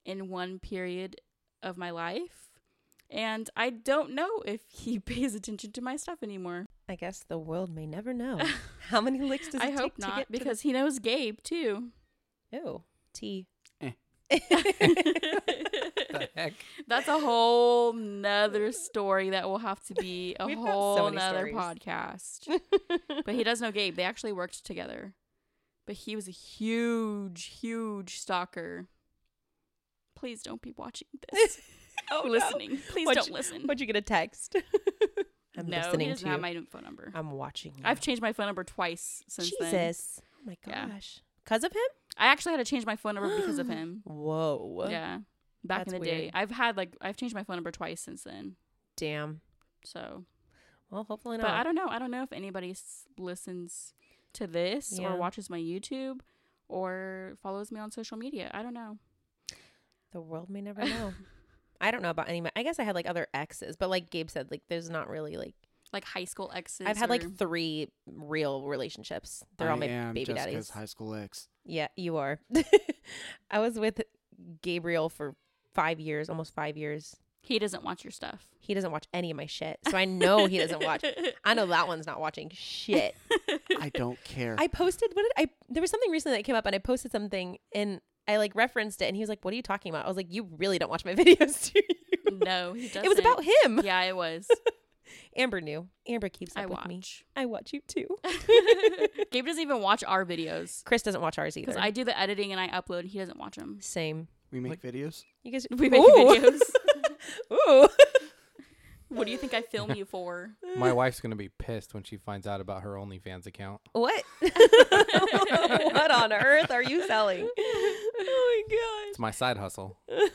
Speaker 3: in one period of my life, and I don't know if he pays attention to my stuff anymore.
Speaker 5: I guess the world may never know. How many licks does it
Speaker 3: I
Speaker 5: take
Speaker 3: hope
Speaker 5: to
Speaker 3: not
Speaker 5: get to the-
Speaker 3: because he knows Gabe too.
Speaker 5: Oh, tea.
Speaker 1: Eh.
Speaker 2: The heck?
Speaker 3: That's a whole nother story that will have to be a
Speaker 5: We've got so
Speaker 3: whole
Speaker 5: many
Speaker 3: nother
Speaker 5: stories.
Speaker 3: podcast. but he does know Gabe. They actually worked together. But he was a huge, huge stalker. Please don't be watching this.
Speaker 5: oh,
Speaker 3: or listening. Please
Speaker 5: What'd
Speaker 3: don't
Speaker 5: you-
Speaker 3: listen.
Speaker 5: What'd you get a text? I'm
Speaker 3: no, he
Speaker 5: listening
Speaker 3: doesn't
Speaker 5: to you.
Speaker 3: have my phone number.
Speaker 5: I'm watching. You.
Speaker 3: I've changed my phone number twice since then.
Speaker 5: Jesus. Oh my
Speaker 3: Yeah.
Speaker 5: gosh. Because of him?
Speaker 3: I actually had to change my phone number because of him.
Speaker 5: Whoa.
Speaker 3: Yeah. Back in the
Speaker 5: That's
Speaker 3: day.
Speaker 5: weird.
Speaker 3: I've had like I've changed my phone number twice since then.
Speaker 5: Damn.
Speaker 3: So
Speaker 5: Well, hopefully not.
Speaker 3: But I don't know. I don't know if anybody s- listens to this
Speaker 5: Yeah.
Speaker 3: or watches my YouTube or follows me on social media. I don't know.
Speaker 5: The world may never know. I don't know about any. I guess I had like other exes, but like Gabe said, like there's not really like
Speaker 3: Like high school exes.
Speaker 5: I've had
Speaker 3: or-
Speaker 5: like three real relationships. They're all
Speaker 1: I
Speaker 5: my
Speaker 1: am
Speaker 5: baby
Speaker 1: Jessica's
Speaker 5: daddies.
Speaker 1: high school ex.
Speaker 5: Yeah, you are. I was with Gabriel for five years, almost five years.
Speaker 3: he doesn't watch your stuff.
Speaker 5: He doesn't watch any of my shit, so I know he doesn't watch. I know that one's not watching shit.
Speaker 1: I don't care.
Speaker 5: I posted what did I there was something recently that came up and I posted something and I like referenced it and he was like, What are you talking about? I was like, You really don't watch my videos, do you?
Speaker 3: No, he doesn't.
Speaker 5: It was about him.
Speaker 3: Yeah, it was.
Speaker 5: Amber knew. Amber keeps up
Speaker 3: I
Speaker 5: with me.
Speaker 3: watch.
Speaker 5: I watch you too.
Speaker 3: Gabe doesn't even watch our videos
Speaker 5: Chris doesn't watch ours
Speaker 3: because
Speaker 5: either.
Speaker 3: I do the editing and I upload. And he doesn't watch them.
Speaker 5: Same.
Speaker 1: we make videos.
Speaker 5: You guys
Speaker 3: We make
Speaker 5: Ooh.
Speaker 3: videos.
Speaker 5: Ooh.
Speaker 3: What do you think I film you for?
Speaker 2: My wife's gonna be pissed when she finds out about her OnlyFans account.
Speaker 5: What? what on earth are you selling? Oh
Speaker 2: It's my side hustle.
Speaker 5: my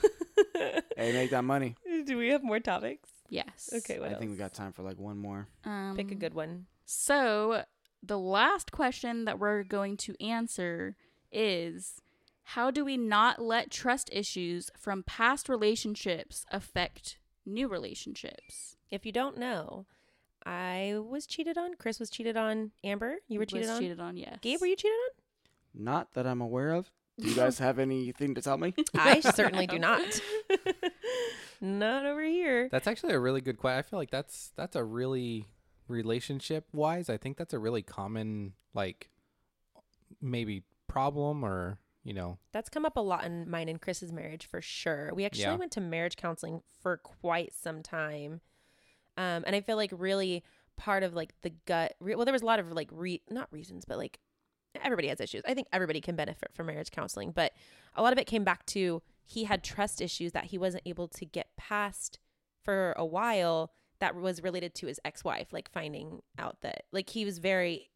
Speaker 5: gosh.
Speaker 1: Hey, make that money.
Speaker 5: Do we have more topics?
Speaker 3: Yes.
Speaker 5: Okay, what
Speaker 1: I
Speaker 5: else?
Speaker 1: think we got time for like one more.
Speaker 3: Um,
Speaker 5: Pick a good one.
Speaker 3: So, the last question that we're going to answer is how do we not let trust issues from past relationships affect new relationships?
Speaker 5: If you don't know, I was cheated on. Chris was cheated on. Amber, you were cheated
Speaker 3: Was
Speaker 5: on.
Speaker 3: cheated on, yes.
Speaker 5: Gabe, were you cheated on?
Speaker 1: Not that I'm aware of. Do you guys have anything to tell me?
Speaker 5: I certainly do not. not over here.
Speaker 2: That's actually a really good question. I feel like that's that's a really relationship wise. I think that's a really common like maybe problem or you know
Speaker 5: That's come up a lot in mine and Chris's marriage for sure. We actually
Speaker 2: Yeah.
Speaker 5: went to marriage counseling for quite some time. Um, and I feel like really part of like the gut, re- well, there was a lot of like, re- not reasons, but like everybody has issues. I think everybody can benefit from marriage counseling, but a lot of it came back to he had trust issues that he wasn't able to get past for a while that was related to his ex-wife like finding out that like he was very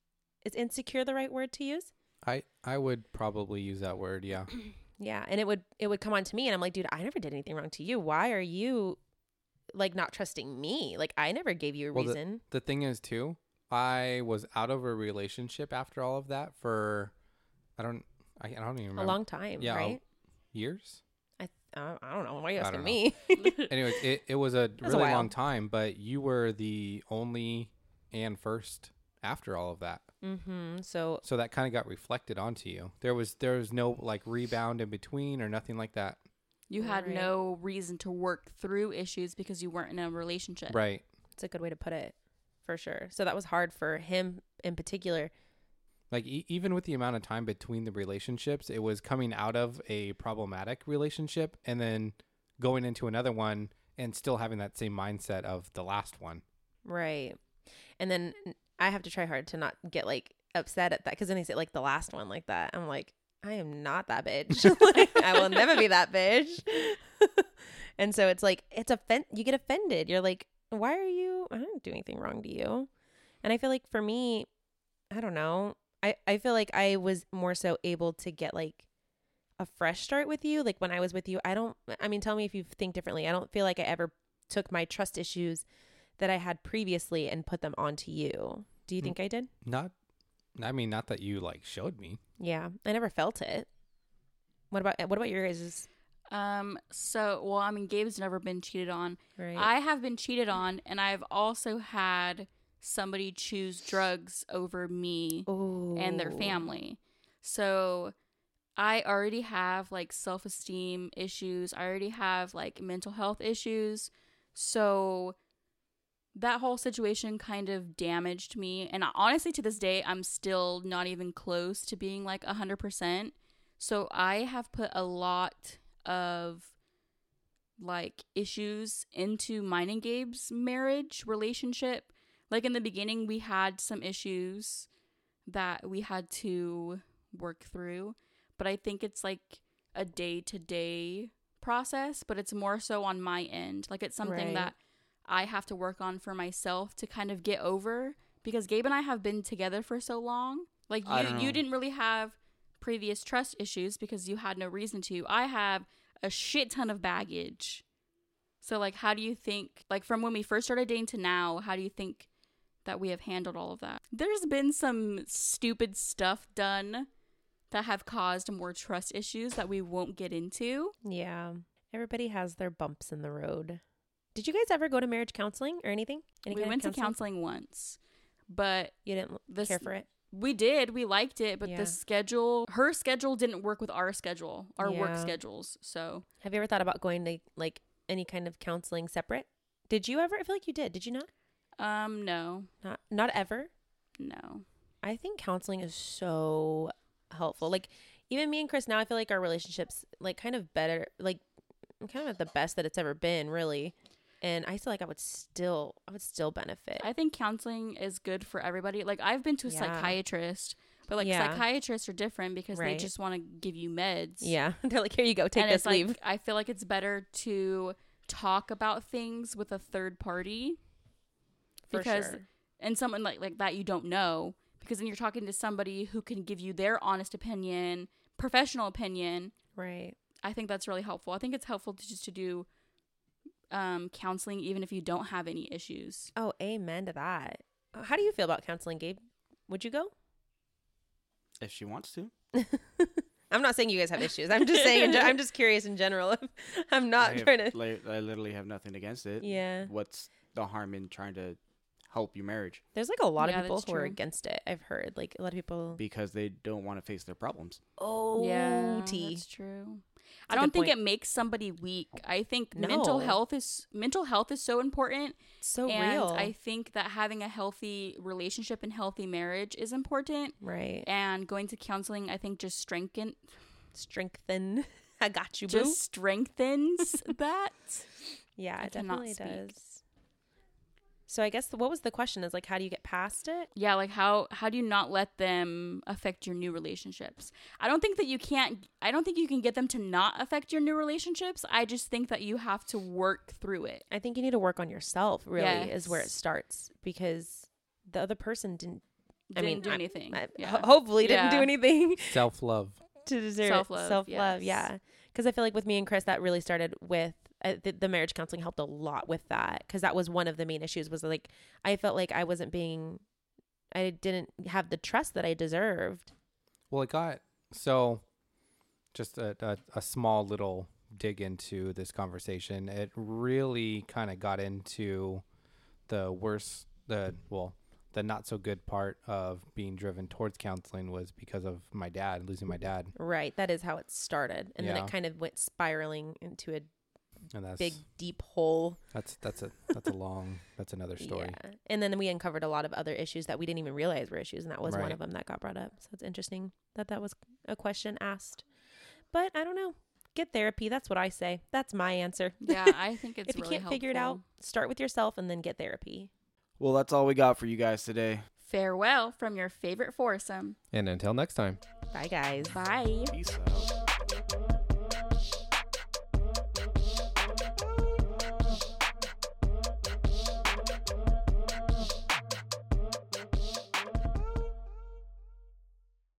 Speaker 5: is insecure the right word to use
Speaker 2: I I would probably use that word. Yeah,
Speaker 5: yeah, and it would it would come on to me, and I'm like, dude, I never did anything wrong to you. Why are you like not trusting me? Like I never gave you a
Speaker 2: Well,
Speaker 5: reason.
Speaker 2: the thing is too i was out of a relationship after all of that for i don't i, I don't even remember
Speaker 5: a long time,
Speaker 2: yeah, a-
Speaker 5: right?
Speaker 2: years
Speaker 5: I I uh, I don't know. Why are you
Speaker 2: I
Speaker 5: asking
Speaker 2: don't
Speaker 5: me?
Speaker 2: anyways it, it was a
Speaker 5: was a
Speaker 2: really
Speaker 5: while.
Speaker 2: long time but you were the only and first after all of that
Speaker 5: mm-hmm. So
Speaker 2: so that kind of got reflected onto you there was there was no like rebound in between or nothing like that
Speaker 3: You had
Speaker 5: Right.
Speaker 3: no reason to work through issues because you weren't in a relationship.
Speaker 2: right
Speaker 5: it's a good way to put it, for sure. So that was hard for him in particular.
Speaker 2: like e- even with the amount of time between the relationships it was coming out of a problematic relationship and then going into another one and still having that same mindset of the last one
Speaker 5: Right. And then I have to try hard to not get like upset at that because then they say like the last one like that. I'm like, I am not that bitch. Like, I will never be that bitch. and so it's like it's offend. You get offended. You're like, why are you? I didn't do anything wrong to you. And I feel like for me, I don't know. I I feel like I was more so able to get like a fresh start with you. Like when I was with you, I don't. I mean, tell me if you think differently. I don't feel like I ever took my trust issues that I had previously and put them onto you. Do you
Speaker 2: Mm.
Speaker 5: think I did?
Speaker 2: not i mean not that you like showed me
Speaker 5: Yeah, I never felt it. What about what about your guys'?
Speaker 3: Um, so, well, I mean, Gabe's never been cheated on.
Speaker 5: Right.
Speaker 3: I have been cheated on, and I've also had somebody choose drugs over me. and their family. So I already have like self esteem issues. I already have like mental health issues. So that whole situation kind of damaged me. And I- honestly, to this day, I'm still not even close to being like 100%. So I have put a lot of like issues into mine and Gabe's marriage relationship. Like in the beginning, we had some issues that we had to work through, but I think it's like a day to day process, but it's more so on my end. Like it's something
Speaker 5: Right.
Speaker 3: that I have to work on for myself to kind of get over because Gabe and I have been together for so long. Like
Speaker 1: I
Speaker 3: you,
Speaker 1: don't
Speaker 3: you
Speaker 1: know.
Speaker 3: didn't really have previous trust issues because you had no reason to. I have a shit ton of baggage. So like how do you think like from when we first started dating to now, how do you think that we have handled all of that. There's been some stupid stuff done that have caused more trust issues that we won't get into.
Speaker 5: Yeah. Everybody has their bumps in the road. Did you guys ever go to marriage counseling or anything? Any
Speaker 3: we
Speaker 5: kind of
Speaker 3: went to counseling once, but
Speaker 5: You didn't l-
Speaker 3: This-
Speaker 5: care for it.
Speaker 3: we did. We liked it, but
Speaker 5: Yeah.
Speaker 3: the schedule, her schedule didn't work with our schedule, our work
Speaker 5: Yeah.
Speaker 3: schedules. So
Speaker 5: Have you ever thought about going to like any kind of counseling separate? Did you ever? I feel like you did. Did you not?
Speaker 3: Um, no,
Speaker 5: Not not ever.
Speaker 3: no.
Speaker 5: I think counseling is so helpful. Like even me and Chris now, I feel like our relationships like kind of better, like kind of at the best that it's ever been, really. And I feel like I would still, I would still benefit.
Speaker 3: I think counseling is good for everybody. Like I've been to a
Speaker 5: Yeah.
Speaker 3: psychiatrist, but like
Speaker 5: Yeah.
Speaker 3: psychiatrists are different because they
Speaker 5: Right.
Speaker 3: just want to give you meds.
Speaker 5: yeah, they're like, here you go, take
Speaker 3: and
Speaker 5: this,
Speaker 3: it's like
Speaker 5: leave.
Speaker 3: I feel like it's better to talk about things with a third party
Speaker 5: For
Speaker 3: because
Speaker 5: sure.
Speaker 3: and someone like like that you don't know because then you're talking to somebody who can give you their honest opinion, professional opinion.
Speaker 5: right,
Speaker 3: I think that's really helpful. I think it's helpful to just to do um counseling even if you don't have any issues.
Speaker 5: oh, amen to that. Uh, How do you feel about counseling, Gabe? Would you go?
Speaker 1: if she wants to.
Speaker 5: I'm not saying you guys have issues. I'm just saying. in gen- I'm just curious in general. I'm not
Speaker 1: I, have-
Speaker 5: trying to.
Speaker 1: li- I literally have nothing against it.
Speaker 5: Yeah.
Speaker 1: What's the harm in trying to help your marriage
Speaker 5: There's like a lot
Speaker 3: Yeah,
Speaker 5: of people
Speaker 3: that's
Speaker 5: who are
Speaker 3: true.
Speaker 5: against it. I've heard like a lot of people.
Speaker 1: because they don't want to face their problems?
Speaker 5: Oh,
Speaker 3: yeah,
Speaker 5: tea.
Speaker 3: that's true.
Speaker 5: a
Speaker 3: I don't
Speaker 5: good
Speaker 3: think
Speaker 5: point.
Speaker 3: it makes somebody weak. I think
Speaker 5: No.
Speaker 3: mental health is mental health is so important,
Speaker 5: so
Speaker 3: and
Speaker 5: real.
Speaker 3: I think that having a healthy relationship and healthy marriage is important.
Speaker 5: right.
Speaker 3: And going to counseling, I think, just strengthen
Speaker 5: Strengthen. I got you, boo.
Speaker 3: just strengthens that.
Speaker 5: yeah,
Speaker 3: I
Speaker 5: it
Speaker 3: cannot
Speaker 5: definitely
Speaker 3: speak.
Speaker 5: does. So I guess the, what was the question? Is like, how do you get past it?
Speaker 3: Yeah, like how how do you not let them affect your new relationships? I don't think that you can't. I don't think you can get them to not affect your new relationships. I just think that you have to work through it.
Speaker 5: I think you need to work on yourself. Really, is where it
Speaker 3: Yes.
Speaker 5: starts because the other person didn't. I
Speaker 3: Didn't
Speaker 5: mean,
Speaker 3: do
Speaker 5: I-
Speaker 3: anything.
Speaker 5: I-
Speaker 3: yeah.
Speaker 5: ho- hopefully, didn't do
Speaker 3: Yeah.
Speaker 5: anything.
Speaker 2: Self love.
Speaker 5: to deserve
Speaker 3: Self-love,
Speaker 5: Self love,
Speaker 3: yes.
Speaker 5: yeah. Because I feel like with me and Chris, that really started with uh, the, the marriage counseling helped a lot with that because that was one of the main issues. Was like I felt like I wasn't being, I didn't have the trust that I deserved.
Speaker 2: Well, it got so just a, a, a small little dig into this conversation. It really kind of got into the worst, the well, the not so good part of being driven towards counseling was because of my dad, losing my dad.
Speaker 5: Right, that is how it started, and then
Speaker 2: Yeah.
Speaker 5: it kind of went spiraling into a
Speaker 2: And that's
Speaker 5: big deep hole.
Speaker 2: that's that's a that's a long that's another story.
Speaker 5: Yeah, and then we uncovered a lot of other issues that we didn't even realize were issues, and that was one
Speaker 2: Right.
Speaker 5: of them that got brought up. So it's interesting that that was a question asked. But I don't know. Get therapy. That's what I say. That's my answer.
Speaker 3: Yeah, I think it's
Speaker 5: if you
Speaker 3: really
Speaker 5: can't figure it out,
Speaker 3: helpful.
Speaker 5: start with yourself and then get therapy.
Speaker 1: Well, that's all we got for you guys today.
Speaker 3: Farewell from your favorite foursome.
Speaker 6: And until next time.
Speaker 5: Bye, guys.
Speaker 3: Bye.
Speaker 1: Peace out.